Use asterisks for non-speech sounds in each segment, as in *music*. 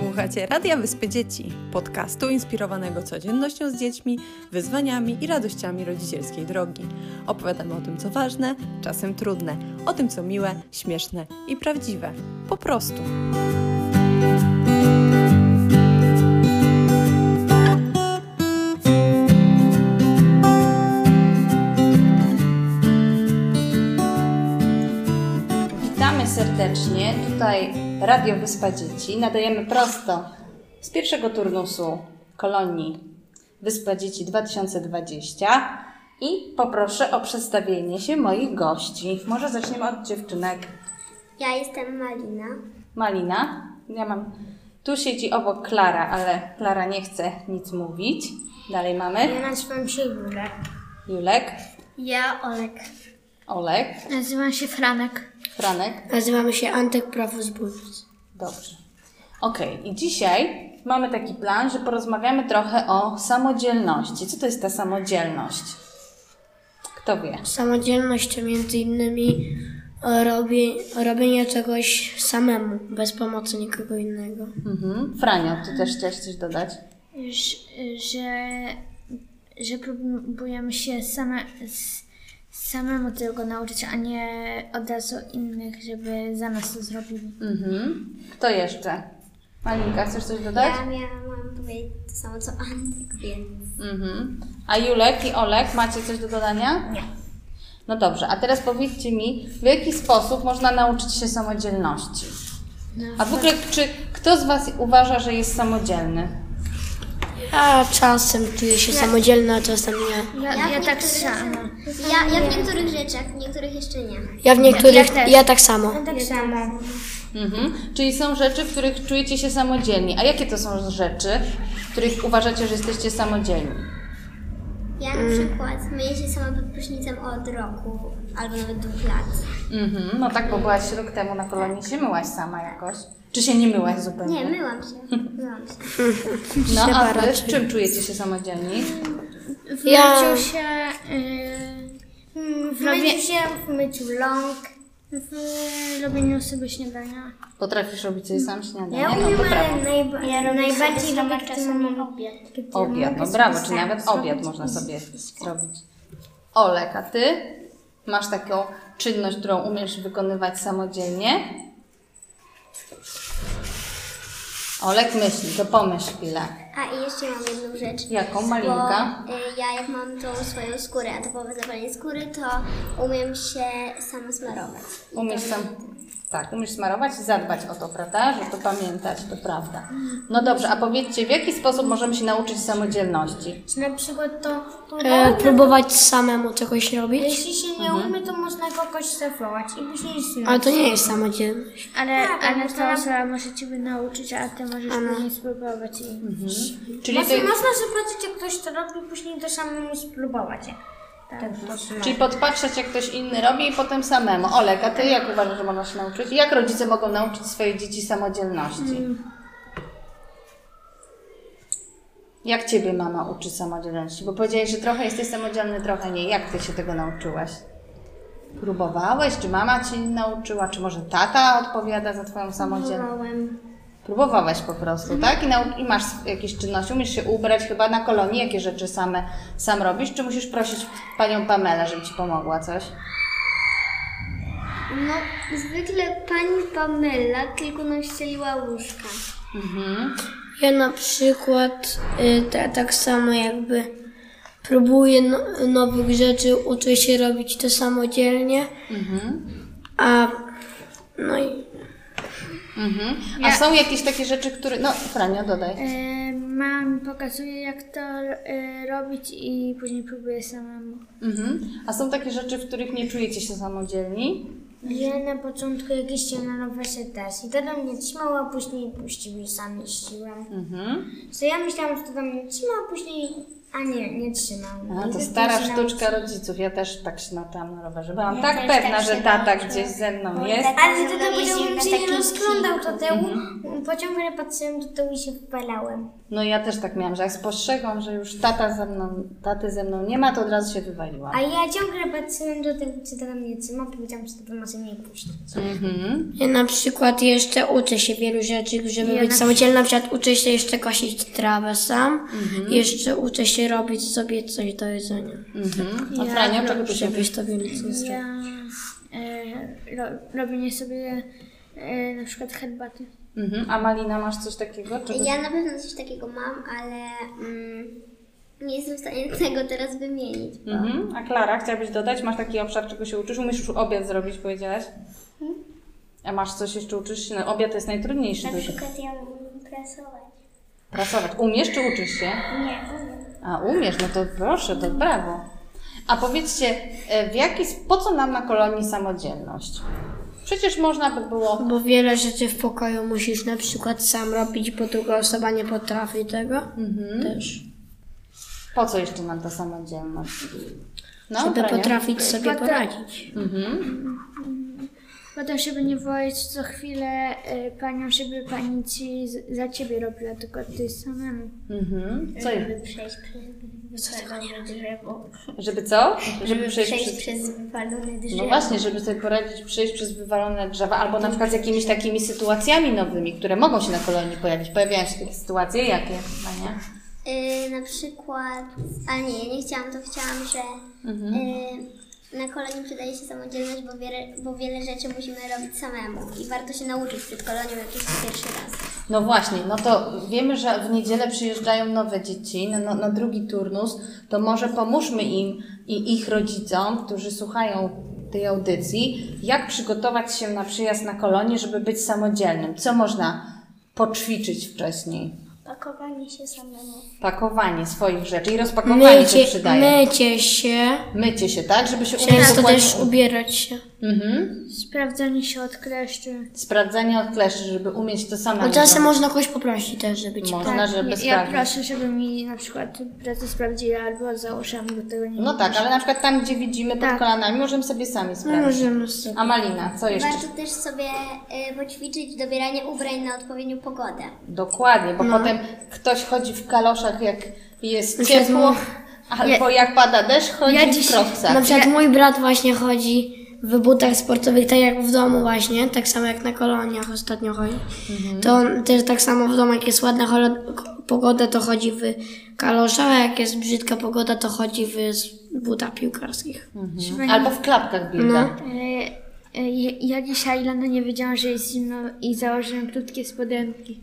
Słuchacie Radia Wyspy Dzieci, podcastu inspirowanego codziennością z dziećmi, wyzwaniami i radościami rodzicielskiej drogi. Opowiadamy o tym, co ważne, czasem trudne, o tym, co miłe, śmieszne i prawdziwe. Po prostu. Witamy serdecznie. Tutaj Radio Wyspa Dzieci. Nadajemy prosto z pierwszego turnusu kolonii Wyspa Dzieci 2020. I poproszę o przedstawienie się moich gości. Może zaczniemy od dziewczynek. Ja jestem Malina. Malina, ja mam. Tu siedzi obok Klara, ale Klara nie chce nic mówić. Dalej mamy nazywam się Jurek. Julek, Ja Olek. Olek, Nazywam się Franek. Franek. Nazywam się Antek Prawozbójc. Dobrze. Okej, i dzisiaj mamy taki plan, że porozmawiamy trochę o samodzielności. Co to jest ta samodzielność? Kto wie? Samodzielność to między innymi robi, robienie czegoś samemu, bez pomocy nikogo innego. Mhm. Franio, ty też chciałeś coś dodać? Ż- że, że próbujemy się same, s- samemu tego nauczyć, a nie od razu innych, żeby za nas to zrobili. Mhm. Kto jeszcze? Malinka, chcesz coś dodać? miałam powiedzieć to samo co Antek, więc... Mhm. A Julek i Olek, macie coś do dodania? Nie. No dobrze, a teraz powiedzcie mi, w jaki sposób można nauczyć się samodzielności? A w ogóle, czy kto z Was uważa, że jest samodzielny? Ja czasem czuję się samodzielna, a czasem nie. Ja, ja, tak samo. Ja, ja w niektórych rzeczach, w niektórych jeszcze nie. Ja w niektórych... też. ja tak samo. tak samo. Mhm. Czyli są rzeczy, w których czujecie się samodzielni. A jakie to są rzeczy, w których uważacie, że jesteście samodzielni? Ja na przykład myję się sama pod prysznicem od roku albo nawet dwóch lat. Mhm. No tak, bo byłaś rok temu na kolonii, się myłaś sama jakoś. Czy się nie myłaś zupełnie? Nie, myłam się. Myłam się. No a wy w czym czujecie się samodzielni? W Ja- myciu się... Yy, w, robieniu się, w myciu ląk. W robieniu sobie śniadania. Potrafisz robić sobie sam śniadanie? Ja no umiem, to brawo. ale najba- najbardziej lubię, kiedy mam obiad. Obiad, no brawo, czy nawet obiad można sobie zrobić. Olek, a ty masz taką czynność, którą umiesz wykonywać samodzielnie? Olek myśli, to pomyśl chwilę. A i jeszcze mam jedną rzecz. Jaką, Malinka? Bo, y, ja jak mam tą swoją skórę, a typowe zapalenie skóry, to umiem się sama smarować. I Umiesz to- sam, tak, umiesz smarować i zadbać o to, prawda? Że to pamiętać, to prawda. No dobrze, a powiedzcie, w jaki sposób możemy się nauczyć samodzielności? Czy na przykład to... to E, próbować samemu czegoś robić, jeśli się nie umie, to można kogoś zawołać i później znać. ale to nie jest samodzielność. Ale, Tak, ale ta osoba może Ciebie nauczyć, a Ty możesz później spróbować. I... Znaczy, Czyli, ty, Można zobaczyć, jak ktoś to robi, później to samemu spróbować. Tak. czyli podpatrzeć, jak ktoś inny robi i potem samemu. Olek, a ty jak uważasz, że można się nauczyć? Jak rodzice mogą nauczyć swoje dzieci samodzielności? Jak ciebie mama uczy samodzielności? Bo powiedziałeś, że trochę jesteś samodzielny, trochę nie. Jak ty się tego nauczyłaś? Próbowałeś? Czy mama cię nauczyła? Czy może tata odpowiada za twoją samodzielność? Próbowałeś po prostu, tak? I, nau- I masz jakieś czynności, umiesz się ubrać chyba na kolonii, jakie rzeczy same, sam robisz, czy musisz prosić panią Pamelę, żeby ci pomogła coś? No, zwykle pani Pamela tylko nam ścieliła łóżka. Mhm. Ja na przykład y, ta, tak samo jakby próbuję no, nowych rzeczy, uczę się robić to samodzielnie, a no i Mhm. A są jakieś takie rzeczy, które... No, Franio, dodaj. E, Mam pokazuje, jak to e, robić i później próbuję samemu. Mhm. A są takie rzeczy, w których nie czujecie się samodzielni? Ja na początku jakieś się na rowerze też i to do mnie trzymało, a później puścił i sam jeździłem. Mhm. Co ja myślałam, że to do mnie trzyma, a później A nie, nie trzymam. A, to Nigdy stara się sztuczka rodziców. Ja też tak się nauczyłam na rowerze. Byłam Ja tak też pewna, tak że się tata nauczyłam. gdzieś ze mną Bo jest. tak- Ale Że to temu jeździł się na nie takim rozglądał, to kijku. temu Mhm. po ciągle patrzyłem do tyłu i się wypalałem. No ja też tak miałam, że jak spostrzegłam, że już tata ze mną, taty ze mną nie ma, to od razu się wywaliłam. A ja ciągle patrzyłem do tyłu, czy tam nie trzyma, powiedziałam, że to może mnie puścić. Mhm. Ja na przykład jeszcze uczę się wielu rzeczy, żeby Ja być na- samodzielna. Na przykład uczę się jeszcze kosić trawę sam, jeszcze uczę się robić sobie coś do jedzenia. Mhm. A Frania, czego ty się Żebyś to więcej zrobił. Ja e, ro, robienie sobie e, na przykład herbaty. mhm. A Malina, masz coś takiego? Czego... Ja na pewno coś takiego mam, ale mm, nie jestem w stanie tego teraz wymienić. Bo... Mhm. A Klara, chciałabyś dodać? Masz taki obszar, czego się uczysz? Umiesz już obiad zrobić, powiedziałaś? A masz coś jeszcze uczysz? się? No, obiad jest najtrudniejszy. Mhm. Na do- przykład ja umiem prasować. Pracować. Umiesz czy uczysz się? Nie, umiem. A umiesz, no to proszę, to brawo. A powiedzcie, e, w jaki, sp- po co nam na kolonii samodzielność? Przecież można by było. Bo wiele rzeczy w pokoju musisz na przykład sam robić, bo druga osoba nie potrafi tego Mhm. też. Po co jeszcze nam ta samodzielność? No, Żeby Frania? potrafić sobie poradzić. Potem, żeby nie wołać co chwilę e, panią, żeby pani ci z, za ciebie robiła, tylko ty samemu. Mhm. Co, je- Przejść przez wypalone drzewo. żeby co? Żeby przejść Przejść przez. przez wypalone drzewo. No właśnie, żeby sobie poradzić, przejść przez wywalone drzewa, albo na przykład z jakimiś takimi sytuacjami nowymi, które mogą się na kolonii pojawić. Pojawiają się takie sytuacje, jakie, Frania? Y, na przykład, a nie, ja nie chciałam, to chciałam, że Mhm. y, na kolonii przydaje się samodzielność, bo wiele, bo wiele rzeczy musimy robić samemu i warto się nauczyć przed kolonią, jak jest pierwszy raz. No właśnie, no to wiemy, że w niedzielę przyjeżdżają nowe dzieci na, na, na drugi turnus, to może pomóżmy im i ich rodzicom, którzy słuchają tej audycji, jak przygotować się na przyjazd na kolonię, żeby być samodzielnym. Co można poćwiczyć wcześniej? Pakowanie się samemu. Pakowanie swoich rzeczy i rozpakowanie się Mycie, przydaje. mycie się, Mycie się, tak? Żeby się umieć często dokładnie- też ubierać się. mhm. Sprawdzanie się od kleszczy. Sprawdzenie od kleszy, żeby umieć to samo. Bo czasem można kogoś poprosić też, żeby ci Można, żeby Tak. ja, ja sprawdzić. proszę, żeby mi na przykład pracę sprawdziła albo założyła mi do tego nie No tak, ale na przykład tam, gdzie widzimy pod Tak. kolanami, możemy sobie sami No sprawdzić. możemy sobie. A Malina, co jeszcze? Warto też sobie y, poćwiczyć dobieranie ubrań na odpowiednią pogodę. Dokładnie, No. bo potem ktoś chodzi w kaloszach, jak jest Już ciepło, jest albo jak pada deszcz, chodzi Ja w dziś- kropcach. Na przykład mój brat właśnie chodzi w butach sportowych, tak jak w domu właśnie, tak samo jak na koloniach ostatnio chodzi. Mhm. To on też tak samo w domu, jak jest ładna cholo- pogoda, to chodzi w kaloszach, a jak jest brzydka pogoda, to chodzi w s- butach piłkarskich. Mhm. Albo w klapkach biega. E, e, Ja dzisiaj rano nie wiedziałam, że jest zimno i założyłam krótkie spodenki,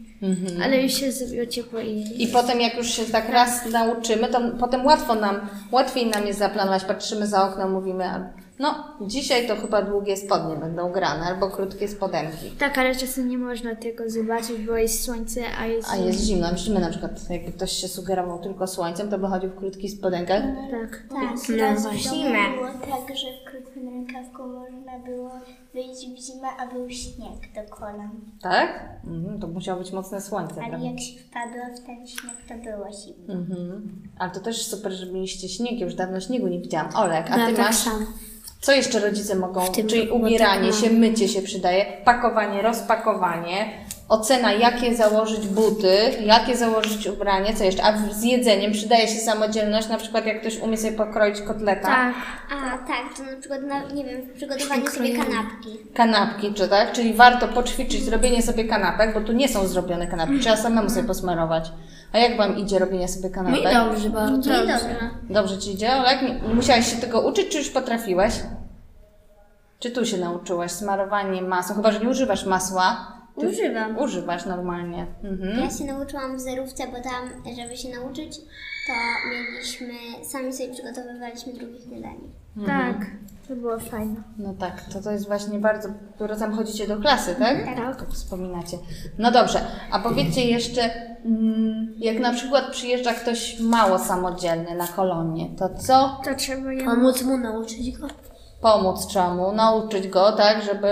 ale już się zrobiło ciepło i... Mhm. I potem jak już się tak raz nauczymy, to potem łatwo nam, łatwiej nam jest zaplanować. Patrzymy za okno, mówimy, a- no dzisiaj to chyba długie spodnie będą grane, albo krótkie spodenki. Tak, ale czasem nie można tego zobaczyć, bo jest słońce, a jest... A jest zimno, zimy na przykład, jakby ktoś się sugerował tylko słońcem, to by chodził w krótkich spodenkach. Tak. no Tak, raz w właśnie. zimę. było tak, że w krótkim rękawku można było wyjść w zimę, a był śnieg do kolan. Tak? Mhm, to musiało być mocne słońce, prawda? Ale jak się wpadło w ten śnieg, to było zimno. Mhm. Ale to też super, że mieliście śnieg. Już dawno śniegu nie widziałam. Olek, a ty ja tak masz. samo. Co jeszcze rodzice mogą? W tym Czyli roku ubieranie tak mam. się, mycie się przydaje, pakowanie, rozpakowanie, ocena, jakie założyć buty, jakie założyć ubranie, co jeszcze? A w- z jedzeniem przydaje się samodzielność, na przykład jak ktoś umie sobie pokroić kotleta, Tak. A tak, to na przykład, na, nie wiem, w przygotowaniu sobie Krojenie. kanapki. kanapki, czy tak? Czyli warto poćwiczyć zrobienie sobie kanapek, bo tu nie są zrobione kanapki, trzeba samemu sobie posmarować. A jak Wam idzie robienie sobie Mi kanapek? dobrze bardzo. No i dobrze. Dobrze ci idzie, Olek? Nie- Musiałaś się tego uczyć, czy już potrafiłaś? Czy tu się nauczyłaś? Smarowanie masą, chyba że nie używasz masła. Ty Używam. Używasz normalnie. Mhm. Ja się nauczyłam w zerówce, bo tam, żeby się nauczyć, to mieliśmy, sami sobie przygotowywaliśmy drugie śniadanie. Tak, to było fajne. No tak, to to jest właśnie bardzo. Razem chodzicie do klasy, tak? Tak. Tak wspominacie. No dobrze, a powiedzcie jeszcze, mm, jak na przykład przyjeżdża ktoś mało samodzielny na kolonię, to co To trzeba je... Pomóc mu nauczyć go. pomóc czemu? Nauczyć go, tak, żeby.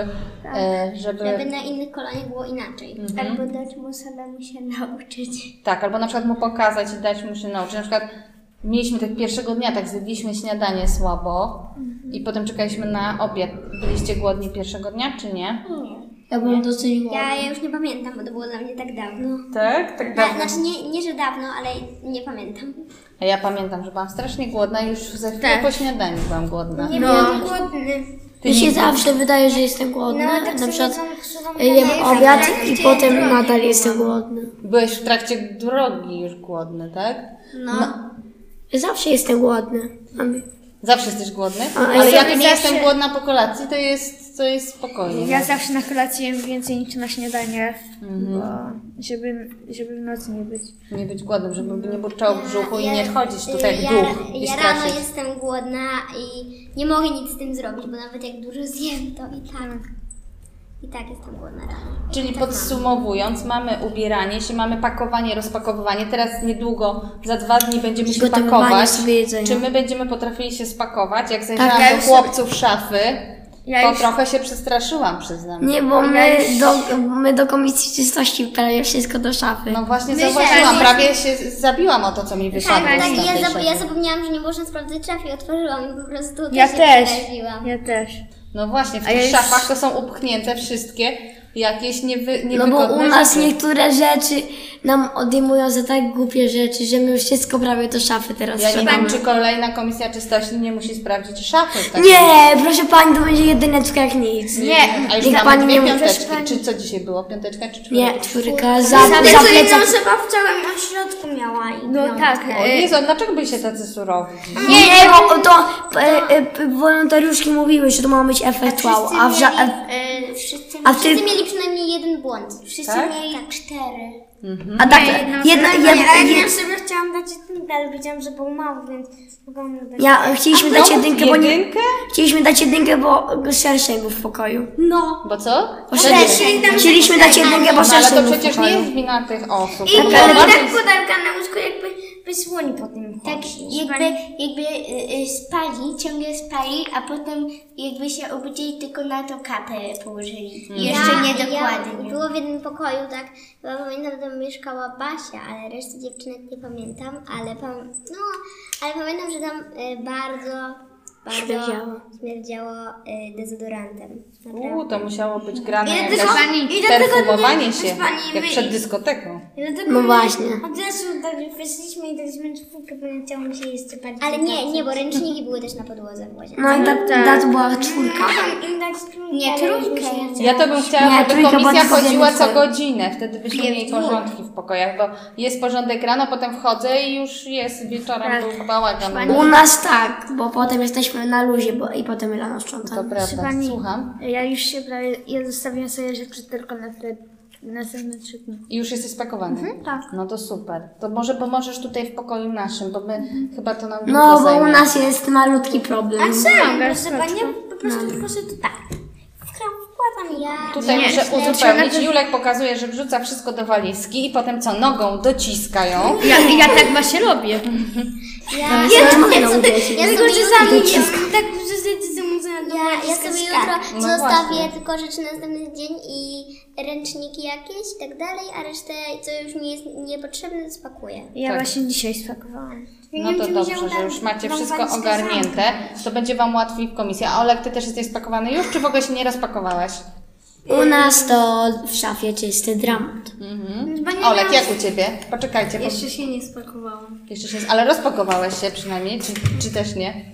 E, żeby... Żeby na innych koloniach było inaczej. Albo dać mu samemu się nauczyć. Tak, albo na przykład mu pokazać i dać mu się nauczyć. Na przykład Mieliśmy tak pierwszego dnia, tak zjedliśmy śniadanie słabo i potem czekaliśmy na obiad. Byliście głodni pierwszego dnia, czy nie? Ja byłam dosyć Ja, głodna. ja już nie pamiętam, bo to było dla mnie tak dawno. Tak, tak Da, znaczy nie, nie, że dawno, ale nie pamiętam. A ja pamiętam, że byłam strasznie głodna i już za chwilę Tak. po śniadaniu byłam głodna. Nie byłam głodny. Mi się zawsze wydaje, że jestem głodna. No, tak na sobie przykład y, tam przesuwam jem gadając, obiad tak, i tak, potem tak, nadal tak. jestem głodna. Byłeś w trakcie drogi już głodny, tak? No. Zawsze jestem głodna. Mamy- Zawsze jesteś głodny? A, ja Ale jak sobie nie zawsze- jestem głodna po kolacji, to jest, to jest spokojnie. Ja zawsze na kolację jem więcej niż na śniadanie, Mhm. bo żeby, żeby w nocy nie być. Nie być głodnym, żeby nie burczało w brzuchu i Tak, Ja- nie chodzić tutaj ja, jak duch i Ja rano straszyć. jestem głodna i nie mogę nic z tym zrobić, bo nawet jak dużo zjem, to i tak. I tak jestem głodna rano. Czyli podsumowując, mamy ubieranie się, mamy pakowanie, rozpakowywanie. Teraz niedługo, za dwa dni będziemy się Przygotowywanie pakować. sobie jedzenia. Czy my będziemy potrafili się spakować? Jak zajrzałam ja do już chłopców szafy, Ja to już- trochę się przestraszyłam, przyznam. Nie, bo my, Ja już- do, my do komisji czystości prawie wszystko do szafy. No właśnie Myślę, zauważyłam, że- prawie się zabiłam o to, co mi wypadło. Tak, tak, z i tamtej ja, zap, szafy. ja zapomniałam, że nie można sprawdzać szaf i otworzyłam i po prostu Ja się też. przeraziłam. Ja też. No właśnie, w A ja tych już- szafach to są upchnięte wszystkie jakieś niewy, No niewygodne bo u nas rzeczy. niektóre rzeczy nam odejmują za tak głupie rzeczy, że my wszystko prawie do szafy teraz Ja nie trzymamy. wiem, czy kolejna komisja czystości nie musi sprawdzić szafy. w takim Nie, proszę pani, to będzie jedyneczka jak nic. Nie, a już Niech mamy pani dwie nie mówi, piąteczki. Czy co dzisiaj było? Piąteczka czy czwórka? Nie, czwórka, za, za plecak. osoba w całym ośrodku miała i No tak, O e, Jezu, dlaczego byliście tacy surowi? Nie, nie, bo to e, e, p- wolontariuszki mówiły, że to ma być efekt wow, a w ża- a- mieli, e, wszyscy, a ty- wszyscy mieli przynajmniej jeden błąd. Wszyscy Tak? mieli tak cztery. a tak, jedna jedna, no Ja, ja, jedna, jedna, sobie chciałam dać jedynkę, ale wiedziałam, że było mało, więc mogłam dać. ja e, chcieliśmy dać jedynkę, bo nie, Jedynkę? chcieliśmy dać jedynkę, bo szerszej był w pokoju. No. Bo co? Chcieliśmy dać jedynkę, bo No, ale szerszej to był w przecież nie pokoju. jest wina tych osób. To I tak, była tak bardzo- kodarka na łóżku jakby by słoń po tym Tak, jakby, jakby y, y, spali, ciągle spali, a potem jakby się obudzili, tylko na to kapę położyli. Jeszcze niedokładnie. Ja, było w jednym pokoju, tak, bo pamiętam, tam mieszkała Basia, ale reszty dziewczynek nie pamiętam, ale, pam, no, ale pamiętam, że tam y, bardzo, bardzo Śmierdziało. śmierdziało y, dezodorantem. Naprawdę. U, to musiało być grane Ile jakaś tylko- ile tylko perfumowanie dni się, bez pani jak myli? przed dyskoteką. No właśnie. Od razu tak wyszliśmy i daliśmy czwórkę, bo chciało mi się jeszcze bardziej. Ale nie, nie, bo ręczniki były też na podłodze w łazience. No i tak, tak była czwórka. Nie, trójkę. Ja to bym chciała, Nie, żeby trójka była komisja tylko z chodziła jednej co strony. godzinę. Wtedy byśmy mieli porządki w pokojach, bo jest porządek rano, potem wchodzę i już jest wieczorem Tak. był bałagan. U nas tak, bo potem jesteśmy na luzie bo, i potem rano To sprzątamy. prawda, Pani- tak, słucham. Ja już się prawie, ja zostawiłam sobie rzeczy tylko na te następne trzy dni. I już jesteś spakowany? tak. No to super. To może pomożesz tutaj w pokoju naszym, bo my chyba to nam No, długo bo u zajmie. nas jest malutki problem. Sam, bez proszę skoczku. panią, po prostu proszę to tak. Wkram, wkładam ja. Tutaj Nie, muszę nie, uzupełnić. trzeba- Julek pokazuje, że wrzuca wszystko do walizki i potem co, nogą dociska ją. Ja, ja tak właśnie robię. Ja, Ja nie mogę nauczyć. ja tylko czasami tak Ja, ja sobie tak. jutro No zostawię właśnie. tylko rzeczy na następny dzień i ręczniki jakieś i tak dalej, a resztę, co już mi jest niepotrzebne, spakuję. Ja Tak. właśnie dzisiaj spakowałam. No to dobrze, że już macie wszystko ogarnięte. To będzie Wam łatwiej w komisji. A Olek, Ty też jesteś spakowany już, czy w ogóle się nie rozpakowałaś? U nas to w szafie czysty dramat. Olek, jak u Ciebie? Poczekajcie, bo się nie spakowałam. jeszcze się... Ale rozpakowałeś się przynajmniej, czy, czy też nie?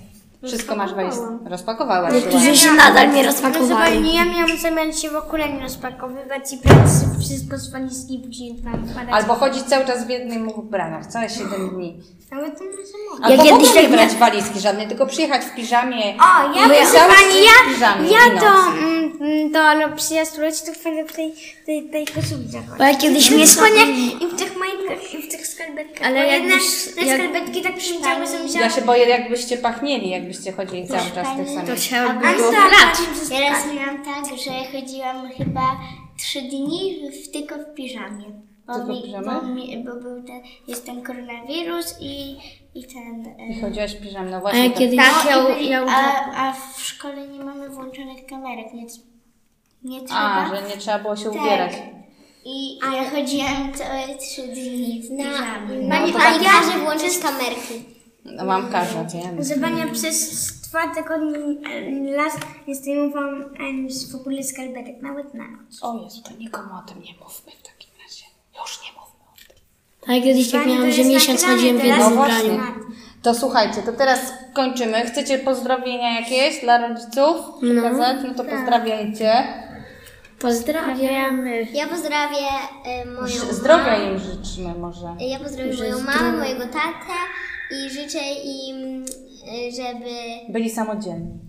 Wszystko masz wejść. Rozpakowałaś się. Którzy się nadal nie rozpakowali. ja miałam zamiar się w ogóle nie rozpakowywać i brać wszystko z walizki i później tam wkładać. Tak. Albo chodzić cały czas w jednym ubraniach, całe 7 dni. Ale to może Albo w kiedyś ogóle nie tak brać walizki żadnej, tylko przyjechać w piżamie. O, ja No ja- proszę pani, w ja, piżamie i ja noc. do, mm, mm, do przyjazdu to będę w tej, tej, tej koszulce chodzić. Bo ja kiedyś nie W koniach i w tych majtkach i w tych skarpetkach. Ale Bo jak jedna, już- te jak- skarpetki tak przymciały są się. Ja się boję, jakbyście pachnieli, jakbyście chodzili cały czas w tych To samych. trzeba A było tak, stara- brać. Teraz miałam tak, że chodziłam chyba trzy dni w, tylko w piżamie. Bo, Tylko w mi- piżamie? bo, mi, bo był ten, jest ten koronawirus i, i ten... I e, chodziłaś w piżamie, no A ja właśnie. to- kiedyś... Tak, ja, u- i- ja, ja a, a w szkole nie mamy włączonych kamerek, więc nie trzeba. A, że nie trzeba było się Tak. ubierać. I a ja chodziłam całe trzy dni w piżamie. No, Pani to pani każe włączyć kamerki. No, mam każę, wiem. Używania przez dwa tygodnie las nie zdejmowałam em, z- w ogóle skarpetek, nawet na noc. O Jezu, to nikomu o tym nie mówmy w takim razie. Już nie mówmy o tym. Tak, kiedyś jak Pani, to miałam, że jest miesiąc nagrane chodziłem w teraz. jednym No właśnie. ubraniu. To słuchajcie, to teraz kończymy. Chcecie pozdrowienia jakieś dla rodziców? No. Pokazać? No Tak. to pozdrawiajcie. Pozdrawiam. *laughs* Ja pozdrawię y, moją Zdrowia im życzymy może. Ja pozdrawiam moją mamę, mojego tatę i życzę im, y, żeby... Byli samodzielni.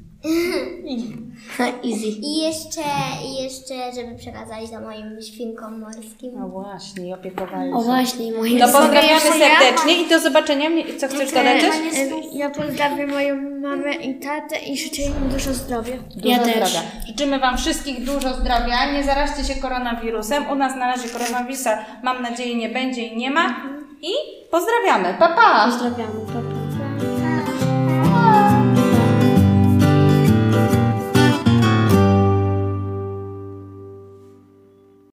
Easy. I jeszcze, i jeszcze, żeby przekazali za moim świnkom morskim. No właśnie, i opiekowali O się. właśnie, moje To pozdrawiamy serdecznie i do zobaczenia. Mnie- Co chcesz dodać? coś? Ja pozdrawiam moją mamę i tatę i życzę im dużo zdrowia. Dużo Ja też. zdrowia. Życzymy Wam wszystkich dużo zdrowia. Nie zaraźcie się koronawirusem. U nas na razie koronawirusa mam nadzieję nie będzie i nie ma. I pozdrawiamy. Pa, pa! Pozdrawiamy, papa.